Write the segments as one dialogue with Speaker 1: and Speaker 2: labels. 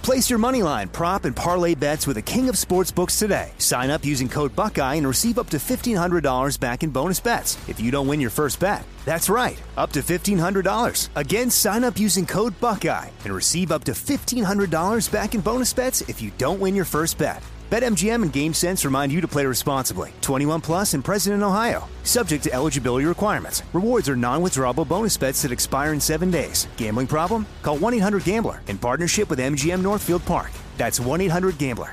Speaker 1: Place your moneyline, prop, and parlay bets with the king of sportsbooks today. Sign up using code Buckeye and receive up to $1,500 back in bonus bets if you don't win your first bet. That's right, up to $1,500. Again, sign up using code Buckeye and receive up to $1,500 back in bonus bets if you don't win your first bet. BetMGM and GameSense remind you to play responsibly. 21 plus and present in Ohio, subject to eligibility requirements. Rewards are non withdrawable bonus bets that expire in seven days. Gambling problem? Call 1 800 Gambler in partnership with MGM Northfield Park. That's 1 800 Gambler.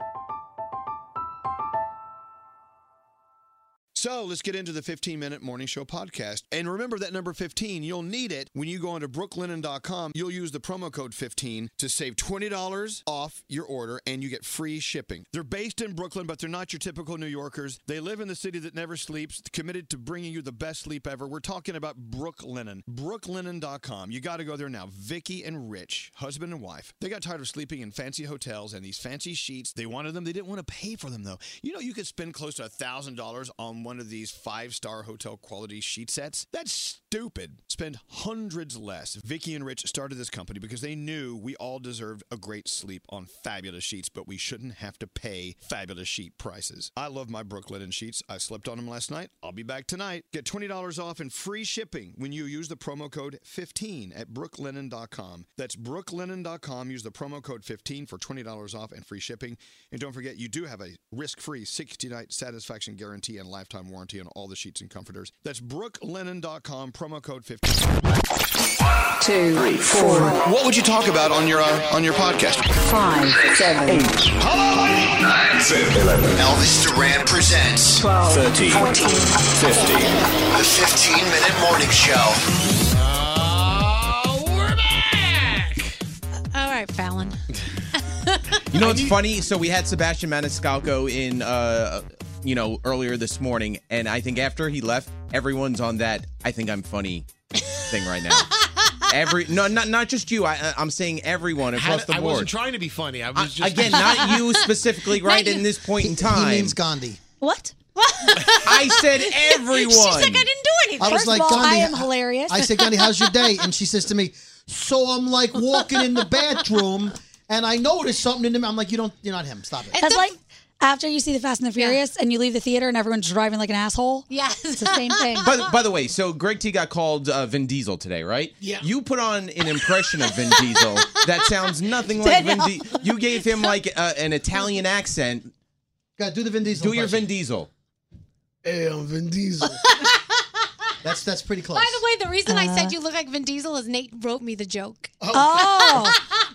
Speaker 2: So let's get into the 15 minute morning show podcast. And remember that number 15, you'll need it when you go onto brooklinen.com. You'll use the promo code 15 to save $20 off your order and you get free shipping. They're based in Brooklyn, but they're not your typical New Yorkers. They live in the city that never sleeps, committed to bringing you the best sleep ever. We're talking about Brooklinen. Brooklinen.com. You got to go there now. Vicky and Rich, husband and wife, they got tired of sleeping in fancy hotels and these fancy sheets. They wanted them. They didn't want to pay for them, though. You know, you could spend close to $1,000 on one of these five star hotel quality sheet sets? That's stupid. Spend hundreds less. Vicky and Rich started this company because they knew we all deserved a great sleep on fabulous sheets, but we shouldn't have to pay fabulous sheet prices. I love my Brooklinen sheets. I slept on them last night. I'll be back tonight. Get $20 off and free shipping when you use the promo code 15 at brooklinen.com. That's brooklinen.com. Use the promo code 15 for $20 off and free shipping. And don't forget, you do have a risk free 60 night satisfaction guarantee and lifetime warranty on all the sheets and comforters. That's brooklinen.com, promo code 15.
Speaker 3: Two, three, four,
Speaker 2: What would you talk about on your uh, on your podcast?
Speaker 3: five, seven, eight,
Speaker 4: Elvis Duran presents
Speaker 3: 12,
Speaker 4: 13,
Speaker 3: 14,
Speaker 4: 50. The 15 Minute Morning Show.
Speaker 5: All right, Fallon.
Speaker 6: You know what's funny? So we had Sebastian Maniscalco in, uh, you know, earlier this morning, and I think after he left, everyone's on that "I think I'm funny" thing right now. Every no, not not just you. I, I- I'm saying everyone across the
Speaker 7: I
Speaker 6: board.
Speaker 7: wasn't trying to be funny. I was just
Speaker 6: Again, not you specifically, right? In this point in time,
Speaker 8: He means Gandhi.
Speaker 9: What?
Speaker 6: I said everyone.
Speaker 5: She's like, I didn't do
Speaker 9: I was First like, of all, I
Speaker 7: "Gandhi,
Speaker 9: am
Speaker 7: h-
Speaker 9: hilarious.
Speaker 7: I say, Gandhi, how's your day? And she says to me, so I'm like walking in the bathroom and I notice something in the I'm like, you don't, you're not him. Stop it.
Speaker 9: That's like after you see the Fast and the Furious and you leave the theater and everyone's driving like an asshole. Yes, it's the same thing.
Speaker 6: By the, by the way, so Greg T got called uh, Vin Diesel today, right? Yeah. You put on an impression of Vin Diesel that sounds nothing like Vin
Speaker 7: Danielle.
Speaker 6: Diesel. You gave him like uh, an Italian accent.
Speaker 7: God, do the Vin Diesel.
Speaker 6: Do your Vin Diesel.
Speaker 7: Hey, I'm Vin Diesel. that's that's pretty close.
Speaker 5: By the way, the reason I said you look like Vin Diesel is Nate wrote me the joke.
Speaker 9: Oh,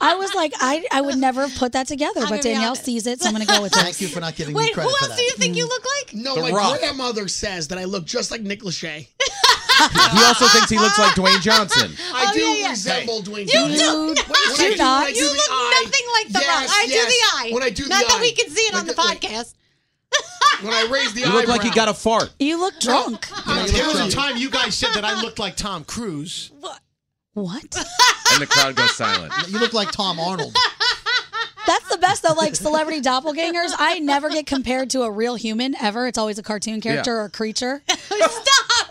Speaker 9: I was like, I, I would never have put that together,
Speaker 5: gonna
Speaker 9: but
Speaker 5: be
Speaker 9: Danielle
Speaker 5: honest.
Speaker 9: sees it, so I'm going to go with it.
Speaker 7: Thank you for not giving me
Speaker 8: Wait,
Speaker 7: credit
Speaker 8: who
Speaker 7: for
Speaker 8: else
Speaker 7: that.
Speaker 8: do you think you look like? No,
Speaker 7: The
Speaker 8: my
Speaker 7: Rock.
Speaker 8: grandmother says that I look just like Nick Lachey.
Speaker 5: Oh,
Speaker 6: He also thinks he looks like Dwayne Johnson.
Speaker 8: I do resemble Dwayne
Speaker 5: You
Speaker 8: Johnson.
Speaker 5: do-
Speaker 8: When I
Speaker 5: you
Speaker 8: do
Speaker 5: do not.
Speaker 8: when I do
Speaker 5: You
Speaker 8: the
Speaker 5: look
Speaker 8: eye-
Speaker 5: nothing like The
Speaker 8: Yes,
Speaker 5: Rock. I do
Speaker 8: yes.
Speaker 5: the eye.
Speaker 8: When I do
Speaker 5: Not
Speaker 8: the
Speaker 5: that
Speaker 8: eye.
Speaker 5: we can see it on the podcast.
Speaker 8: When I raise the
Speaker 6: You look like
Speaker 8: eyebrow.
Speaker 6: you got a fart.
Speaker 9: You look drunk.
Speaker 10: there was a time you guys said that I looked like Tom Cruise.
Speaker 9: What?
Speaker 6: And the crowd goes silent.
Speaker 7: You look like Tom Arnold.
Speaker 9: That's the best though. Like celebrity doppelgangers, I never get compared to a real human ever. It's always a cartoon character
Speaker 6: Yeah.
Speaker 9: or a creature. Stop!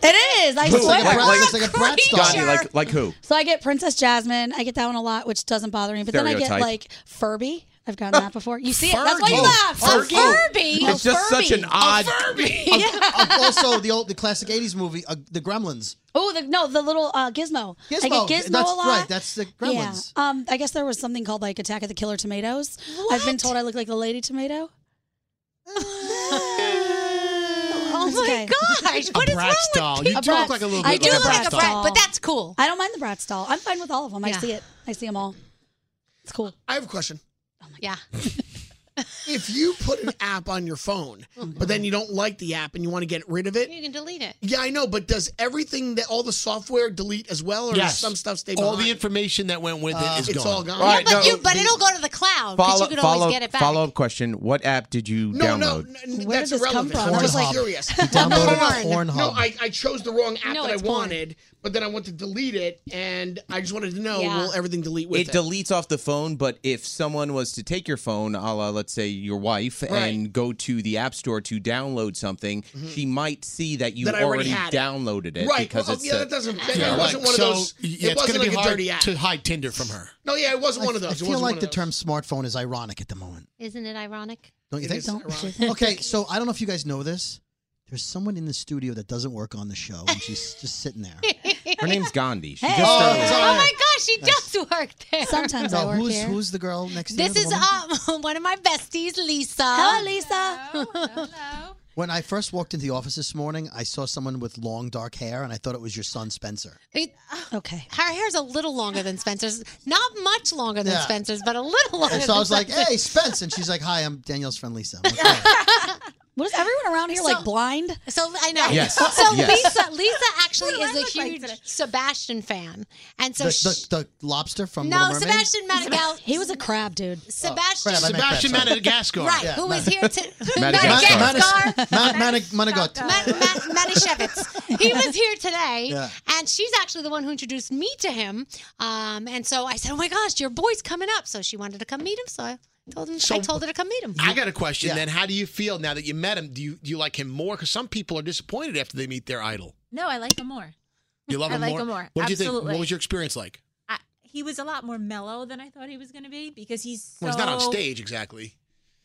Speaker 9: It is. I
Speaker 6: Who?
Speaker 9: swear.
Speaker 6: Like- like- Gandhi,
Speaker 9: creature.
Speaker 6: like, like who?
Speaker 9: So I get Princess Jasmine. I get that one a lot, which doesn't bother me. But then I get
Speaker 6: Stereotype.
Speaker 9: like Furby. I've gotten that before. You see it? That's why
Speaker 7: Fergie.
Speaker 9: you laugh.
Speaker 7: Oh, Fergie.
Speaker 9: Furby.
Speaker 6: It's just such an odd.
Speaker 7: Uh, uh, also, the old, the classic '80s movie, uh, The Gremlins.
Speaker 9: Oh the, no, the little uh, Gizmo. I
Speaker 7: Gizmo,
Speaker 9: get Gizmo
Speaker 7: that's
Speaker 9: a lot.
Speaker 7: right, that's the Gremlins.
Speaker 9: Yeah. Um, I guess there was something called like Attack of the Killer Tomatoes. I've been told I look like the Lady Tomato.
Speaker 5: Oh my gosh, what is wrong
Speaker 10: Bratz doll.
Speaker 5: with
Speaker 10: Oh, You
Speaker 5: people?
Speaker 10: talk like a little
Speaker 9: I
Speaker 10: bit
Speaker 9: do
Speaker 10: like a
Speaker 9: look
Speaker 10: Bratz
Speaker 9: like a
Speaker 10: doll.
Speaker 9: brat,
Speaker 5: but that's cool.
Speaker 9: I don't mind the Bratz doll. I'm fine with all of them. I see it. I see them all. It's cool.
Speaker 8: I have a question.
Speaker 5: Yeah.
Speaker 8: If you put an app on your phone, but then you don't like the app and you want to get rid of it,
Speaker 5: You can delete it.
Speaker 8: yeah, I know. But does everything that all the software delete as well, or does
Speaker 10: Yes.
Speaker 8: some stuff stay?
Speaker 10: All the
Speaker 8: behind?
Speaker 10: information that went with
Speaker 8: Uh,
Speaker 10: it is
Speaker 8: it's
Speaker 10: gone.
Speaker 8: all gone.
Speaker 6: All right,
Speaker 5: but
Speaker 6: no,
Speaker 5: you, but it'll go to the cloud because
Speaker 6: Follow,
Speaker 5: you could
Speaker 6: follow,
Speaker 5: always get it back.
Speaker 6: follow up question. What app did you
Speaker 8: No, no,
Speaker 6: download?
Speaker 8: n- that's irrelevant. I was like curious.
Speaker 7: downloaded
Speaker 8: no, no, no.
Speaker 7: Pornhub.
Speaker 8: No, I, I chose the wrong app
Speaker 5: No,
Speaker 8: that I
Speaker 5: it's porn.
Speaker 8: wanted, but then I went to delete it, Oh, and I just wanted to know
Speaker 5: Yeah.
Speaker 8: will everything delete with
Speaker 6: it
Speaker 8: it?
Speaker 6: deletes off the phone, but if someone was to take your phone, a la, let's say your wife,
Speaker 8: Right. Mm-hmm.
Speaker 6: and go to the app store to download something, she might see that you
Speaker 8: That I already
Speaker 6: already,
Speaker 8: had it.
Speaker 6: downloaded it.
Speaker 8: Right,
Speaker 6: Because
Speaker 8: well,
Speaker 6: it's
Speaker 8: yeah,
Speaker 6: a-
Speaker 8: that doesn't- that-
Speaker 6: Yeah.
Speaker 8: it wasn't one of
Speaker 10: so,
Speaker 8: those- it
Speaker 10: y- yeah, it's
Speaker 8: wasn't
Speaker 10: going
Speaker 8: like
Speaker 10: to
Speaker 8: a
Speaker 10: be hard
Speaker 8: dirty app.
Speaker 10: to hide Tinder from her.
Speaker 8: no, yeah, it wasn't
Speaker 7: I,
Speaker 8: one of those.
Speaker 7: I
Speaker 8: It
Speaker 7: feel
Speaker 8: wasn't
Speaker 7: like
Speaker 8: one
Speaker 7: the
Speaker 8: of
Speaker 7: term smartphone is ironic at the moment.
Speaker 5: Isn't it ironic?
Speaker 7: Don't you
Speaker 8: It
Speaker 7: think
Speaker 8: is
Speaker 7: so?
Speaker 8: ironic.
Speaker 7: Okay, so I don't know if you guys know this. There's someone in the studio that doesn't work on the show, and she's just sitting there.
Speaker 6: Her name's Gandhi. She
Speaker 7: Hey.
Speaker 6: just started.
Speaker 7: Oh,
Speaker 5: Oh my gosh, she does work there.
Speaker 9: Sometimes I
Speaker 7: No,
Speaker 9: work
Speaker 7: who's
Speaker 9: here.
Speaker 7: who's the girl next to you,
Speaker 5: This
Speaker 7: the
Speaker 5: is
Speaker 7: woman?
Speaker 5: um, one of my besties, Lisa.
Speaker 9: Hello, Lisa.
Speaker 7: When I first walked into the office this morning, I saw someone with long dark hair, and I thought it was your son Spencer.
Speaker 5: It-
Speaker 9: Okay.
Speaker 5: her hair's a little longer than Spencer's. Not much longer than
Speaker 7: Yeah.
Speaker 5: Spencer's, but a little longer.
Speaker 7: And so I
Speaker 5: than
Speaker 7: was like,
Speaker 5: Spencer's.
Speaker 7: "Hey, Spence," and she's like, "Hi, I'm Danielle's friend Lisa." I'm like,
Speaker 9: What is everyone around here like blind?
Speaker 5: So I know.
Speaker 7: Yes.
Speaker 5: So
Speaker 7: Yes.
Speaker 5: Lisa, Lisa actually
Speaker 9: What
Speaker 5: is
Speaker 9: do I
Speaker 5: a
Speaker 9: look like
Speaker 5: huge
Speaker 9: today?
Speaker 5: Sebastian fan, and so
Speaker 7: the,
Speaker 5: she,
Speaker 7: the, the lobster from
Speaker 5: no,
Speaker 7: Little Mermaid. Oh,
Speaker 5: Sebastian Madagascar.
Speaker 9: He was a crab, dude.
Speaker 5: Sebastian.
Speaker 7: crap, I meant
Speaker 10: Sebastian
Speaker 7: crap, sorry.
Speaker 10: Madagascar.
Speaker 5: Right,
Speaker 7: Yeah,
Speaker 5: who
Speaker 7: Ma-
Speaker 5: is here to
Speaker 7: Madagascar.
Speaker 5: Madagascar?
Speaker 7: Mad- Madag- Madagot.
Speaker 5: Matashevitz. He was here today,
Speaker 7: Yeah.
Speaker 5: and she's actually the one who introduced me to him. Um, and so I said, "Oh my gosh, your boy's coming up!" So she wanted to come meet him. So I told him, I told her to come meet him.
Speaker 10: I got a question.
Speaker 7: Yeah.
Speaker 10: Then, how do you feel now that you met him? Do you do you like him more? Because some people are disappointed after they meet their idol.
Speaker 11: No, I like him more.
Speaker 10: You love
Speaker 11: I
Speaker 10: him
Speaker 11: like
Speaker 10: more.
Speaker 11: him more.
Speaker 10: What did you think?
Speaker 11: Absolutely.
Speaker 10: What was your experience like?
Speaker 11: I, he was a lot more mellow than I thought he was going to be because he's so
Speaker 10: Well, he's not on stage exactly.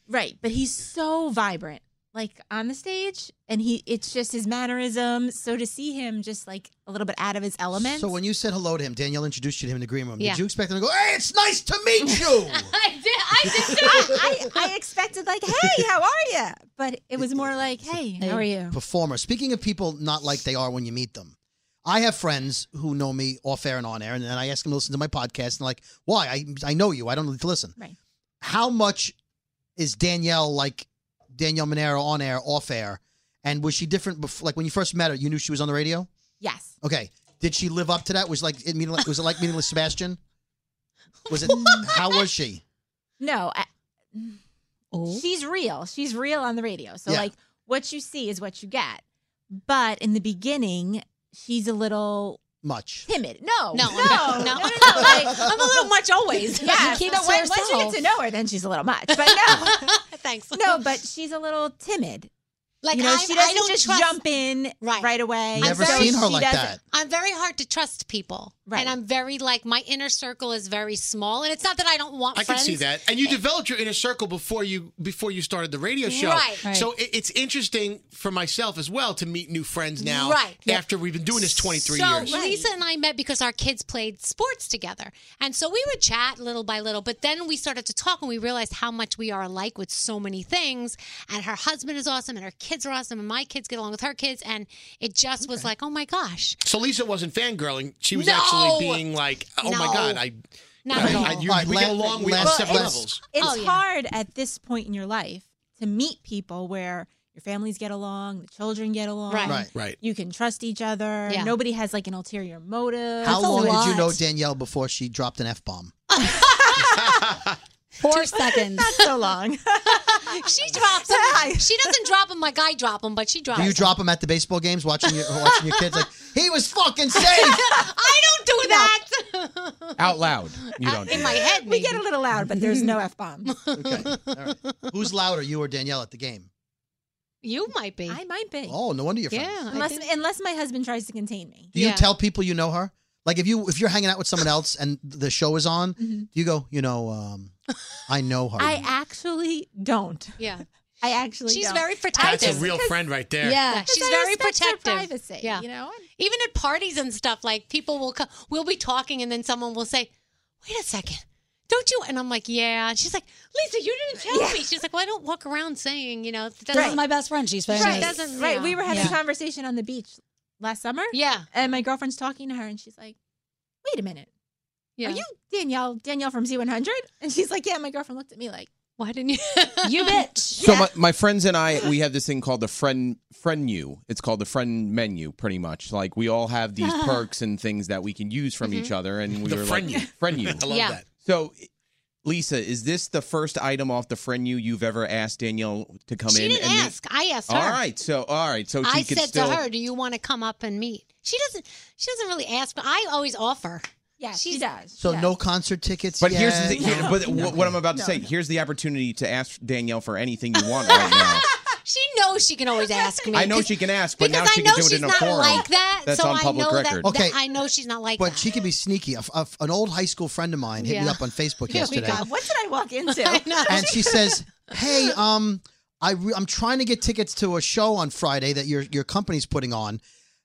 Speaker 11: right, but he's so vibrant, like on the stage, and he it's just his mannerism. So to see him just like a little bit out of his element,
Speaker 7: So when you said hello to him, Danielle introduced you to him in the green room.
Speaker 11: Yeah.
Speaker 7: Did you expect him to go, "Hey, it's nice to meet you"?
Speaker 11: I did, I did too. I, I, I expected like, hey, how are you? But it was more like, hey, how are you?
Speaker 7: performer. Speaking of people not like they are when you meet them, I have friends who know me off air and on air, and then I ask them to listen to my podcast, and like, why? I I know you. I don't need to listen.
Speaker 11: Right.
Speaker 7: How much is Danielle like Danielle Monero on air, off air, and was she different? Before, like when you first met her, you knew she was on the radio.
Speaker 11: Yes.
Speaker 7: Okay. Did she live up to that? Was like it meeting? Was it like meeting with Sebastian? Was it? how was she?
Speaker 11: No, I,
Speaker 9: Oh.
Speaker 11: she's real. She's real on the radio. So
Speaker 7: Yeah.
Speaker 11: like what you see is what you get. But in the beginning, she's a little
Speaker 7: Much.
Speaker 11: timid. No,
Speaker 5: No,
Speaker 11: no,
Speaker 5: no.
Speaker 11: no, no, no. no. Like, I'm a little much always. Yeah.
Speaker 9: She keeps
Speaker 11: so
Speaker 9: to
Speaker 11: when- once you
Speaker 9: herself.
Speaker 11: get to know her, then she's a little much. But no,
Speaker 5: Thanks.
Speaker 11: no. But she's a little timid,
Speaker 5: Like
Speaker 11: you know,
Speaker 5: I'm-
Speaker 11: she
Speaker 5: I
Speaker 11: doesn't
Speaker 5: don't
Speaker 11: just
Speaker 5: trust-
Speaker 11: jump in right, away.
Speaker 5: I'm very-
Speaker 11: She doesn't-
Speaker 5: I'm very hard to trust people, right. and I'm very like my inner circle is very small. And it's not that I don't want.
Speaker 10: I can
Speaker 5: friends.
Speaker 10: see that. And you developed your inner circle before you before you started the radio show.
Speaker 5: Right. Right.
Speaker 10: So it, it's interesting for myself as well to meet new friends now
Speaker 5: Right. Yep.
Speaker 10: after we've been doing this 23
Speaker 5: so
Speaker 10: years.
Speaker 5: Lisa and I met because our kids played sports together. And so we would chat little by little, but then we started to talk and we realized how much we are alike with so many things. And her husband is awesome and her kids are awesome and my kids get along with her kids. And it just was like, oh my gosh.
Speaker 10: So Lisa wasn't fangirling. She was
Speaker 5: No!
Speaker 10: actually being like, "Oh my
Speaker 5: No.
Speaker 10: god, I,
Speaker 5: Not
Speaker 10: I,
Speaker 5: at all.
Speaker 10: I- you-
Speaker 7: All right,
Speaker 10: we
Speaker 7: la-
Speaker 10: get along. We
Speaker 7: last-
Speaker 10: on separate
Speaker 7: last-
Speaker 10: levels."
Speaker 11: It's
Speaker 5: Oh, yeah.
Speaker 11: hard at this point in your life to meet people where your families get along, the children get along.
Speaker 7: Right. Right. Right.
Speaker 11: You can trust each other.
Speaker 5: Yeah.
Speaker 11: Nobody has like an ulterior motive.
Speaker 7: How long did you know Danielle before she dropped an F bomb?
Speaker 9: Four seconds.
Speaker 11: Not so long.
Speaker 5: she drops them. She doesn't drop them like I drop them, but she drops
Speaker 7: Do you
Speaker 5: them.
Speaker 7: drop them at the baseball games watching your watching your kids like he was fucking safe?
Speaker 5: I don't do that.
Speaker 6: Out loud. You don't.
Speaker 5: In my head,
Speaker 11: we get a little loud, but there's no f bomb.
Speaker 7: Who's louder, you or Danielle at the game?
Speaker 5: You might be.
Speaker 11: I might be.
Speaker 7: Oh, no wonder you're friends.
Speaker 5: Yeah, I
Speaker 11: Unless
Speaker 5: think-
Speaker 11: unless my husband tries to contain me.
Speaker 7: Do you tell people you know her? Like if you if you're hanging out with someone else and the show is on,
Speaker 5: Mm-hmm.
Speaker 7: do you go, you know, um, I know her.
Speaker 11: I actually don't.
Speaker 5: Yeah.
Speaker 11: I actually
Speaker 5: She's
Speaker 11: don't.
Speaker 5: very
Speaker 10: That's
Speaker 5: protective.
Speaker 10: a real friend right there.
Speaker 5: Yeah, she's very protective.
Speaker 11: privacy,
Speaker 5: yeah,
Speaker 11: you know.
Speaker 5: even at parties and stuff, like people will come, we'll be talking, and then someone will say, "Wait a second, don't you?" And I'm like, "Yeah." And she's like, "Lisa, you didn't tell me." She's like, "Well, I don't walk around saying, you know, it doesn't,
Speaker 9: This is my best friend. She's famous.
Speaker 5: Right, doesn't
Speaker 11: Right,
Speaker 5: yeah.
Speaker 11: we were having
Speaker 5: Yeah.
Speaker 11: a conversation on the beach last summer.
Speaker 5: Yeah.
Speaker 11: and my girlfriend's talking to her, and she's like, "Wait a minute,
Speaker 5: Yeah.
Speaker 11: are you Danielle? Danielle from Z100?" And she's like, "Yeah." My girlfriend looked at me like,
Speaker 5: "Why didn't you?"
Speaker 11: you bitch.
Speaker 6: So my, my friends and I, we have this thing called the friend friend you. It's called the friend menu, pretty much. Like we all have these perks and things that we can use from
Speaker 5: Mm-hmm.
Speaker 6: each other, and we
Speaker 10: The
Speaker 6: were
Speaker 10: friend you.
Speaker 6: like friend you.
Speaker 10: I love Yeah. that.
Speaker 6: So, Lisa, is this the first item off the friend you you've ever asked Danielle to come
Speaker 5: she
Speaker 6: in?
Speaker 5: didn't
Speaker 6: and
Speaker 5: ask. I asked her.
Speaker 6: All right, so all right, so she
Speaker 5: I
Speaker 6: could
Speaker 5: said
Speaker 6: still.
Speaker 5: to her, "Do you want to come up and meet?" She doesn't. She doesn't really ask, but I always offer.
Speaker 11: Yeah, she does.
Speaker 7: so no concert tickets.
Speaker 6: But
Speaker 7: yet?
Speaker 6: here's the, here, but what, what I'm about to
Speaker 7: No,
Speaker 6: say. Here's the opportunity to ask Danielle for anything you want right now.
Speaker 5: She knows she can always ask me.
Speaker 6: I know she can ask, but now
Speaker 5: because
Speaker 6: she
Speaker 5: I
Speaker 6: can
Speaker 5: know
Speaker 6: do it
Speaker 5: she's
Speaker 6: in a
Speaker 5: not
Speaker 6: forum
Speaker 5: like that.
Speaker 6: that's
Speaker 5: so
Speaker 6: on public
Speaker 5: I know
Speaker 6: record.
Speaker 5: That, that-
Speaker 7: Okay.
Speaker 5: I know she's not like
Speaker 7: but
Speaker 5: that.
Speaker 7: she can be sneaky. A f- a f- an old high school friend of mine hit me
Speaker 5: Yeah.
Speaker 7: up on Facebook
Speaker 5: Here we
Speaker 7: yesterday,
Speaker 5: go.
Speaker 11: What did I walk into?
Speaker 5: I know.
Speaker 7: and she says, "Hey, um, I re- I'm trying to get tickets to a show on Friday that your your company's putting on.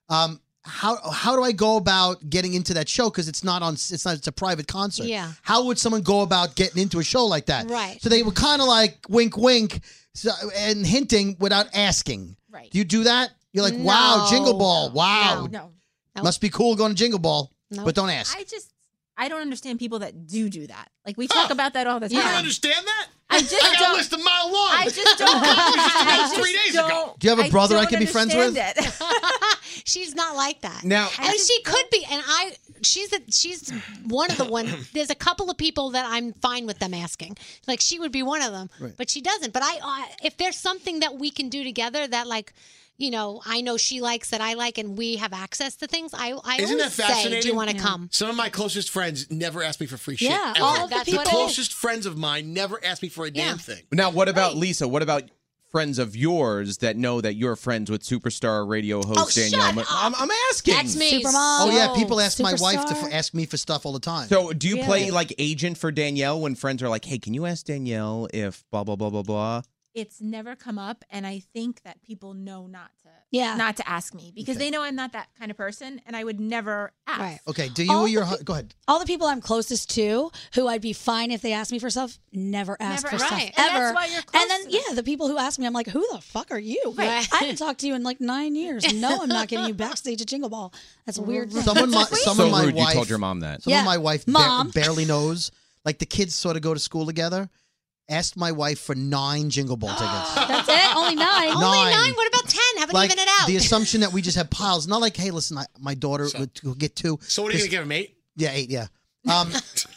Speaker 7: Um, how how do I go about getting into that show? Because it's not on. It's not. It's a private concert.
Speaker 5: Yeah.
Speaker 7: How would someone go about getting into a show like that?
Speaker 5: Right.
Speaker 7: So they were kind of like wink, wink, so, and hinting without asking.
Speaker 11: Right.
Speaker 7: Do you do that? You're like, wow,
Speaker 5: No.
Speaker 7: Jingle Ball. Wow.
Speaker 11: No,
Speaker 5: No.
Speaker 7: Must be cool going to Jingle Ball,
Speaker 5: No.
Speaker 7: but don't ask.
Speaker 11: I just I don't understand people that do do that. Like we talk about that all the
Speaker 10: You don't
Speaker 11: time.
Speaker 10: understand that?
Speaker 11: I just
Speaker 10: I got a
Speaker 11: don't-
Speaker 10: list a mile long.
Speaker 11: I just don't.
Speaker 10: about
Speaker 11: I
Speaker 10: three
Speaker 11: just
Speaker 10: days ago.
Speaker 11: don't.
Speaker 7: Do you have a brother I
Speaker 11: don't
Speaker 7: can be friends with?
Speaker 11: understand it.
Speaker 5: she's not like that.
Speaker 6: Now-
Speaker 5: and she could be, and I, she's a, she's one of the ones. There's a couple of people that I'm fine with them asking. Like she would be one of them,
Speaker 7: Right.
Speaker 5: but she doesn't. But I, I, if there's something that we can do together that like. You know, I know she likes that I like, and we have access to things. I, I
Speaker 10: Isn't that
Speaker 5: always say,
Speaker 10: fascinating?
Speaker 5: "Do you want to come?"
Speaker 10: Some of my closest friends never asked me for free shit.
Speaker 5: Yeah,
Speaker 10: ever.
Speaker 5: all of the That's
Speaker 10: the
Speaker 5: people-
Speaker 10: closest friends of mine never asked me for a damn thing.
Speaker 6: Now, what about Lisa? What about friends of yours that know that you're friends with superstar radio
Speaker 9: Oh,
Speaker 6: host Danielle? Ma- I'm, I'm asking.
Speaker 5: That's me.
Speaker 7: Oh yeah,
Speaker 5: So-
Speaker 7: people ask my wife to
Speaker 5: Superstar.
Speaker 7: f- ask me for stuff all the time.
Speaker 6: So, do you play
Speaker 11: Yeah.
Speaker 6: like agent for Danielle when friends are like, "Hey, can you ask Danielle if blah blah blah blah blah"?
Speaker 11: it's never come up and i think that people know not to
Speaker 9: Yeah.
Speaker 11: not to ask me because they know i'm not that kind of person and i would never ask
Speaker 9: Right.
Speaker 7: okay, do you
Speaker 9: All
Speaker 7: or your hu- go ahead?
Speaker 9: All the people I'm closest to, who I'd be fine if they asked me for stuff, never ask
Speaker 11: Never
Speaker 9: for
Speaker 11: ask.
Speaker 9: stuff
Speaker 5: Right.
Speaker 11: And that's
Speaker 9: ever.
Speaker 11: why you're close
Speaker 9: And then
Speaker 11: to them.
Speaker 9: yeah, the people who ask me, I'm like, who the fuck are you?
Speaker 5: Right.
Speaker 9: I haven't talked to you in like nine years. No, I'm not getting you backstage at Jingle Ball. That's a weird. thing.
Speaker 7: Someone, my, some
Speaker 6: so
Speaker 7: of my
Speaker 6: rude.
Speaker 7: wife,
Speaker 6: You told your mom that.
Speaker 7: Some
Speaker 9: Yeah.
Speaker 7: of my wife ba-
Speaker 9: Mom.
Speaker 7: barely knows. Like the kids sort of go to school together. Asked my wife for nine Jingle Ball tickets.
Speaker 9: That's it. Only nine.
Speaker 7: Nine.
Speaker 5: Only nine. What about ten? Haven't
Speaker 7: like
Speaker 5: even it out.
Speaker 7: the assumption that we just have piles. Not like, hey, listen, I, my daughter would will get two.
Speaker 10: So what are you gonna give her, mate?
Speaker 7: Yeah, eight. Yeah. Um,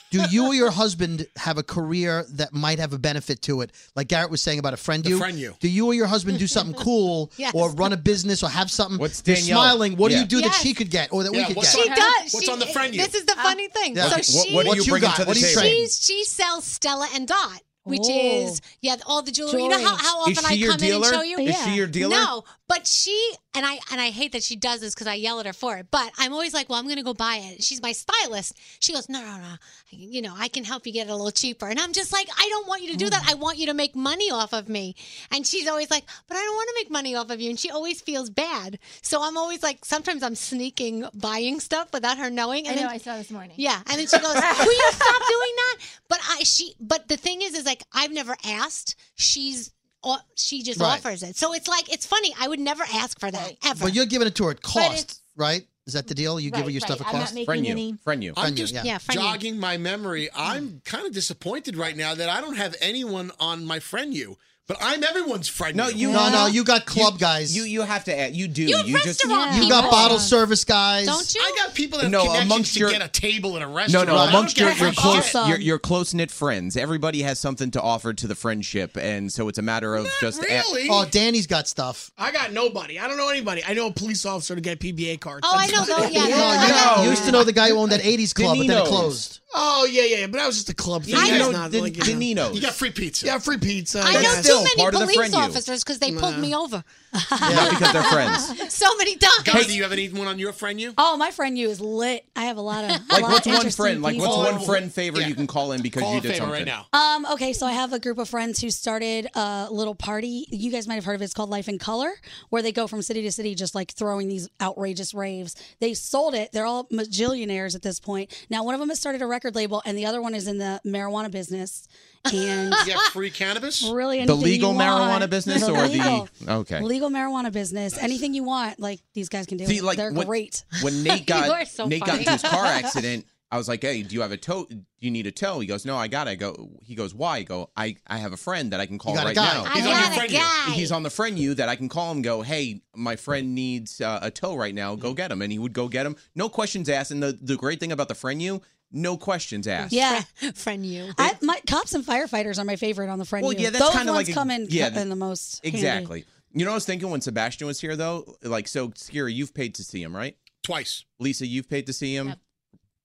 Speaker 7: do you or your husband have a career that might have a benefit to it? Like Garrett was saying about a friend
Speaker 10: The
Speaker 7: you.
Speaker 10: friend you.
Speaker 7: Do you or your husband do something cool
Speaker 5: Yes.
Speaker 7: or run a business or have something?
Speaker 6: What's
Speaker 7: You're
Speaker 6: Danielle-
Speaker 7: smiling. What do
Speaker 6: Yeah.
Speaker 7: you do
Speaker 5: Yes.
Speaker 7: that she could get or that
Speaker 10: Yeah,
Speaker 7: we could
Speaker 10: what's
Speaker 7: get?
Speaker 5: she does.
Speaker 10: What's
Speaker 5: She-
Speaker 10: on the friend you?
Speaker 5: This is the funny thing.
Speaker 7: Yeah.
Speaker 5: So
Speaker 6: What,
Speaker 5: she
Speaker 6: what do
Speaker 7: What
Speaker 6: you
Speaker 7: you
Speaker 6: bring
Speaker 7: got?
Speaker 6: to the
Speaker 7: What do you
Speaker 6: table?
Speaker 7: train?
Speaker 5: She she sells Stella and Dot. which is yeah, all the jewelry. You know how, how often
Speaker 6: Is she
Speaker 5: I
Speaker 6: your
Speaker 5: come in
Speaker 6: dealer?
Speaker 5: and show you?
Speaker 6: Is she your dealer?
Speaker 5: No, but she and I and I hate that she does this because I yell at her for it. But I'm always like, well, I'm gonna go buy it. She's my stylist. She goes, no, no, no. You know, I can help you get it a little cheaper. And I'm just like, I don't want you to do that. I want you to make money off of me. And she's always like, but I don't want to make money off of you. And she always feels bad. So I'm always like, sometimes I'm sneaking buying stuff without her knowing.
Speaker 11: I
Speaker 5: And
Speaker 11: know.
Speaker 5: then-
Speaker 11: I saw this morning.
Speaker 5: yeah, and then she goes, "Will you stop doing that?" But I she but the thing is is like I've never asked. She's au- she just
Speaker 7: Right.
Speaker 5: offers it. So it's like it's funny. I would never ask for that ever.
Speaker 7: But you're giving it to her at
Speaker 5: it's-
Speaker 7: cost, right? Is that the deal? You give her
Speaker 5: Right,
Speaker 7: your stuff
Speaker 5: right. I'm
Speaker 7: at
Speaker 5: not
Speaker 7: cost.
Speaker 5: making Friend you. any- Friend you.
Speaker 10: I'm
Speaker 7: Friend you,
Speaker 10: just
Speaker 7: yeah.
Speaker 5: friend you.
Speaker 10: jogging my memory. I'm kind of disappointed right now that I don't have anyone on my friend you, but I'm everyone's friend.
Speaker 6: No, you
Speaker 7: No, no, you got
Speaker 6: club guys. You you have to add. You do. You, just
Speaker 7: You got bottle service guys.
Speaker 5: you?
Speaker 10: I got people that have
Speaker 6: No,
Speaker 10: connections
Speaker 6: amongst
Speaker 10: to
Speaker 6: your-
Speaker 10: get a table at a
Speaker 6: No,
Speaker 10: restaurant.
Speaker 6: no,
Speaker 10: I don't
Speaker 6: amongst your
Speaker 10: get
Speaker 6: your
Speaker 10: it.
Speaker 6: close
Speaker 10: Awesome.
Speaker 6: your, your close knit friends, everybody has something to offer to the friendship, and so it's a matter of just. a-
Speaker 8: really.
Speaker 7: Oh, Danny's got stuff.
Speaker 8: I got nobody. I don't know anybody. I know a police officer to get PBA cards.
Speaker 5: Oh, I know those. Yeah, yeah.
Speaker 7: Yeah, you used to know the guy who owned that '80s club, but then it
Speaker 8: Danino's.
Speaker 7: closed.
Speaker 8: Oh yeah, yeah, yeah. But that was just a club thing.
Speaker 7: I
Speaker 8: That's
Speaker 7: know
Speaker 8: not
Speaker 7: Di-
Speaker 8: like, you know.
Speaker 7: Danino's.
Speaker 8: You got free pizza. Yeah, free pizza.
Speaker 5: I know
Speaker 8: guess.
Speaker 5: too many police officers because they pulled me over
Speaker 6: Not because they're friends.
Speaker 5: so many times.
Speaker 10: God, do you have anyone on your friend you?
Speaker 9: Oh, my friend you is lit. I have a lot of a
Speaker 6: Like,
Speaker 9: lot
Speaker 6: what's
Speaker 9: of
Speaker 6: one
Speaker 9: interesting
Speaker 6: friend? Like, what's
Speaker 9: people.
Speaker 6: one friend favor you can call in because
Speaker 10: Call
Speaker 6: you
Speaker 10: a
Speaker 6: did
Speaker 10: favor
Speaker 6: something
Speaker 10: right now.
Speaker 9: Um, okay, so I have a group of friends who started a little party. You guys might have heard of it. It's called Life in Color, where they go from city to city just like throwing these outrageous raves. They sold it. They're all magillionaires at this point. Now, one of them has started a record label, and the other one is in the marijuana business. And
Speaker 10: You got free cannabis?
Speaker 9: really
Speaker 6: The
Speaker 9: anything you
Speaker 6: legal
Speaker 9: want.
Speaker 6: marijuana business
Speaker 9: The
Speaker 6: or the-
Speaker 9: legal.
Speaker 6: okay.
Speaker 9: legal marijuana business anything you want like these guys can do
Speaker 6: See,
Speaker 9: it.
Speaker 6: like
Speaker 9: they're
Speaker 6: when,
Speaker 9: great
Speaker 6: When Nate
Speaker 9: You are
Speaker 6: got
Speaker 9: so
Speaker 6: Nate
Speaker 9: funny.
Speaker 6: got into his car accident, I was like, "Hey, do you have a tow? Do you need a tow?" He goes, "No, I got." it." I go. He goes, "Why?" I go, "I I have a friend that I can call
Speaker 7: got a
Speaker 6: right
Speaker 7: guy.
Speaker 6: now.
Speaker 7: I He's on got your a friend you. guy.
Speaker 6: He's on the friend you that I can call him. Go, hey, my friend needs uh, a tow right now.
Speaker 9: Mm-hmm.
Speaker 6: Go get him, and he would go get him. No questions asked. And the the great thing about the friend you, no questions asked.
Speaker 9: yeah
Speaker 5: friend you
Speaker 9: I, my cops and firefighters are my favorite on the friend
Speaker 6: Well,
Speaker 9: you.
Speaker 6: yeah, that's
Speaker 9: those
Speaker 6: kind of
Speaker 9: ones
Speaker 6: like a-
Speaker 9: come in
Speaker 6: yeah,
Speaker 9: in the most handy.
Speaker 6: Exactly. You know, what I was thinking when Sebastian was here, though. Like, so Skiri, you've paid to see him, right?
Speaker 10: Twice.
Speaker 6: Lisa, you've paid to see him.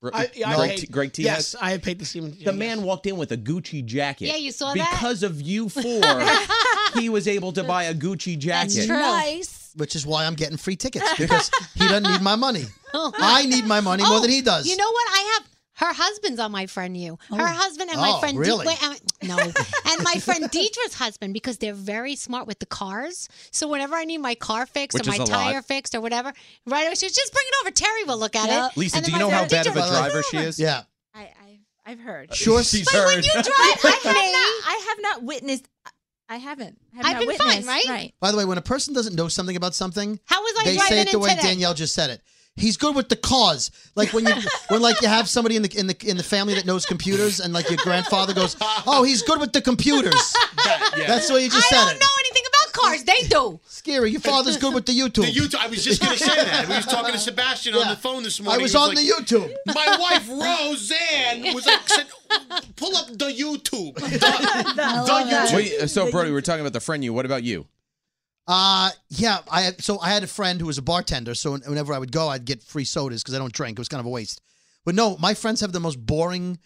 Speaker 6: Gre-
Speaker 8: I, yeah, I
Speaker 6: Greg,
Speaker 8: paid-
Speaker 6: T- Greg T. has?
Speaker 8: Yes, I have paid to see him.
Speaker 6: The man walked in with a Gucci jacket.
Speaker 8: Yeah, you saw that?
Speaker 6: because of you four, he was able to buy a Gucci jacket.
Speaker 9: Nice.
Speaker 7: Which is why I'm getting free tickets because he doesn't need my money. I need my money more
Speaker 5: Oh,
Speaker 7: than he does.
Speaker 5: You know what? I have her husband's on my friend you. Her husband and my
Speaker 7: Oh,
Speaker 5: friend
Speaker 7: really?
Speaker 5: wait, uh, I- no, and my friend Deidre's husband because they're very smart with the cars. So whenever I need my car fixed
Speaker 6: Which
Speaker 5: or
Speaker 6: is
Speaker 5: my
Speaker 6: a lot.
Speaker 5: tire fixed or whatever, right away she was just bring it over. Terry will look at it.
Speaker 6: Lisa,
Speaker 5: And
Speaker 6: do
Speaker 5: then
Speaker 6: you
Speaker 5: my
Speaker 6: know how
Speaker 5: friend
Speaker 6: bad
Speaker 5: Deidre
Speaker 6: of a
Speaker 5: will-
Speaker 6: driver she is?
Speaker 7: Yeah.
Speaker 11: I've heard.
Speaker 7: Sure,
Speaker 6: she's
Speaker 7: But when
Speaker 6: heard.
Speaker 7: you
Speaker 11: I, I, have not, I have not witnessed. I haven't. I have
Speaker 5: I've
Speaker 11: not
Speaker 5: been fine,
Speaker 11: witnessed.
Speaker 5: right?
Speaker 7: By the way, when a person doesn't know something about something,
Speaker 5: How was I
Speaker 7: they
Speaker 5: driving
Speaker 7: say it the
Speaker 5: in
Speaker 7: way
Speaker 5: today?
Speaker 7: Danielle just said it. He's good with the cause. Like when you when like you have somebody in the in the in the family that knows computers and like your grandfather goes, "Oh, he's good with the computers." That's the way you just
Speaker 5: I
Speaker 7: said
Speaker 5: don't
Speaker 7: it.
Speaker 5: know anything about cars. They do.
Speaker 7: Scary. Your father's good with the YouTube.
Speaker 10: The YouTube. I was just going to say that. We was talking to Sebastian on the phone this morning.
Speaker 7: I was
Speaker 10: He
Speaker 7: on
Speaker 10: like,
Speaker 7: the YouTube.
Speaker 10: My wife Roseanne was like, said, "Pull up the YouTube." The, the YouTube.
Speaker 6: Wait, uh, so Brody, we're talking about the friend you. What about you?
Speaker 7: Uh yeah, I had- so I had a friend who was a bartender, so whenever I would go, I'd get free sodas because I don't drink. It was kind of a waste. But no, my friends have the most boring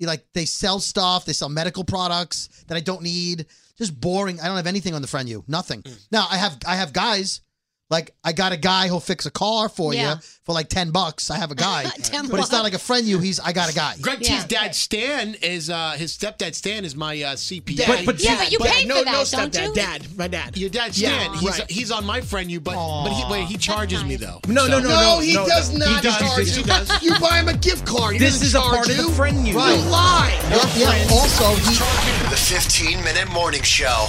Speaker 7: like they sell stuff, they sell medical products that I don't need. Just boring. I don't have anything on the friend you. Nothing. Now, I have I have guys like I got a guy who'll fix a car for
Speaker 10: Yeah.
Speaker 7: you for like 10 bucks. I have a guy.
Speaker 10: 10
Speaker 7: but it's not like a friend you, he's I got a guy.
Speaker 10: Greg T's dad Stan is uh, his stepdad Stan is my uh, CPA.
Speaker 7: But- but- Yeah, but you paid
Speaker 10: no, no
Speaker 7: for that, don't
Speaker 10: stepdad,
Speaker 7: you?
Speaker 10: dad, my dad. Your dad Stan.
Speaker 7: Yeah.
Speaker 10: he's,
Speaker 7: Right.
Speaker 10: he's on my friend you, but but he, but he charges me though.
Speaker 6: No, no, no, no,
Speaker 8: he
Speaker 6: no,
Speaker 8: does
Speaker 6: he
Speaker 8: not
Speaker 6: does.
Speaker 8: charge
Speaker 6: He
Speaker 8: you.
Speaker 6: does.
Speaker 8: You buy him a gift card. He
Speaker 6: This
Speaker 8: doesn't
Speaker 6: is a
Speaker 8: charge
Speaker 6: part of
Speaker 8: you.
Speaker 6: the friend you.
Speaker 8: You lie.
Speaker 7: yeah, also he
Speaker 4: The 15 minute morning show.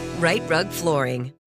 Speaker 12: Right Rug Flooring.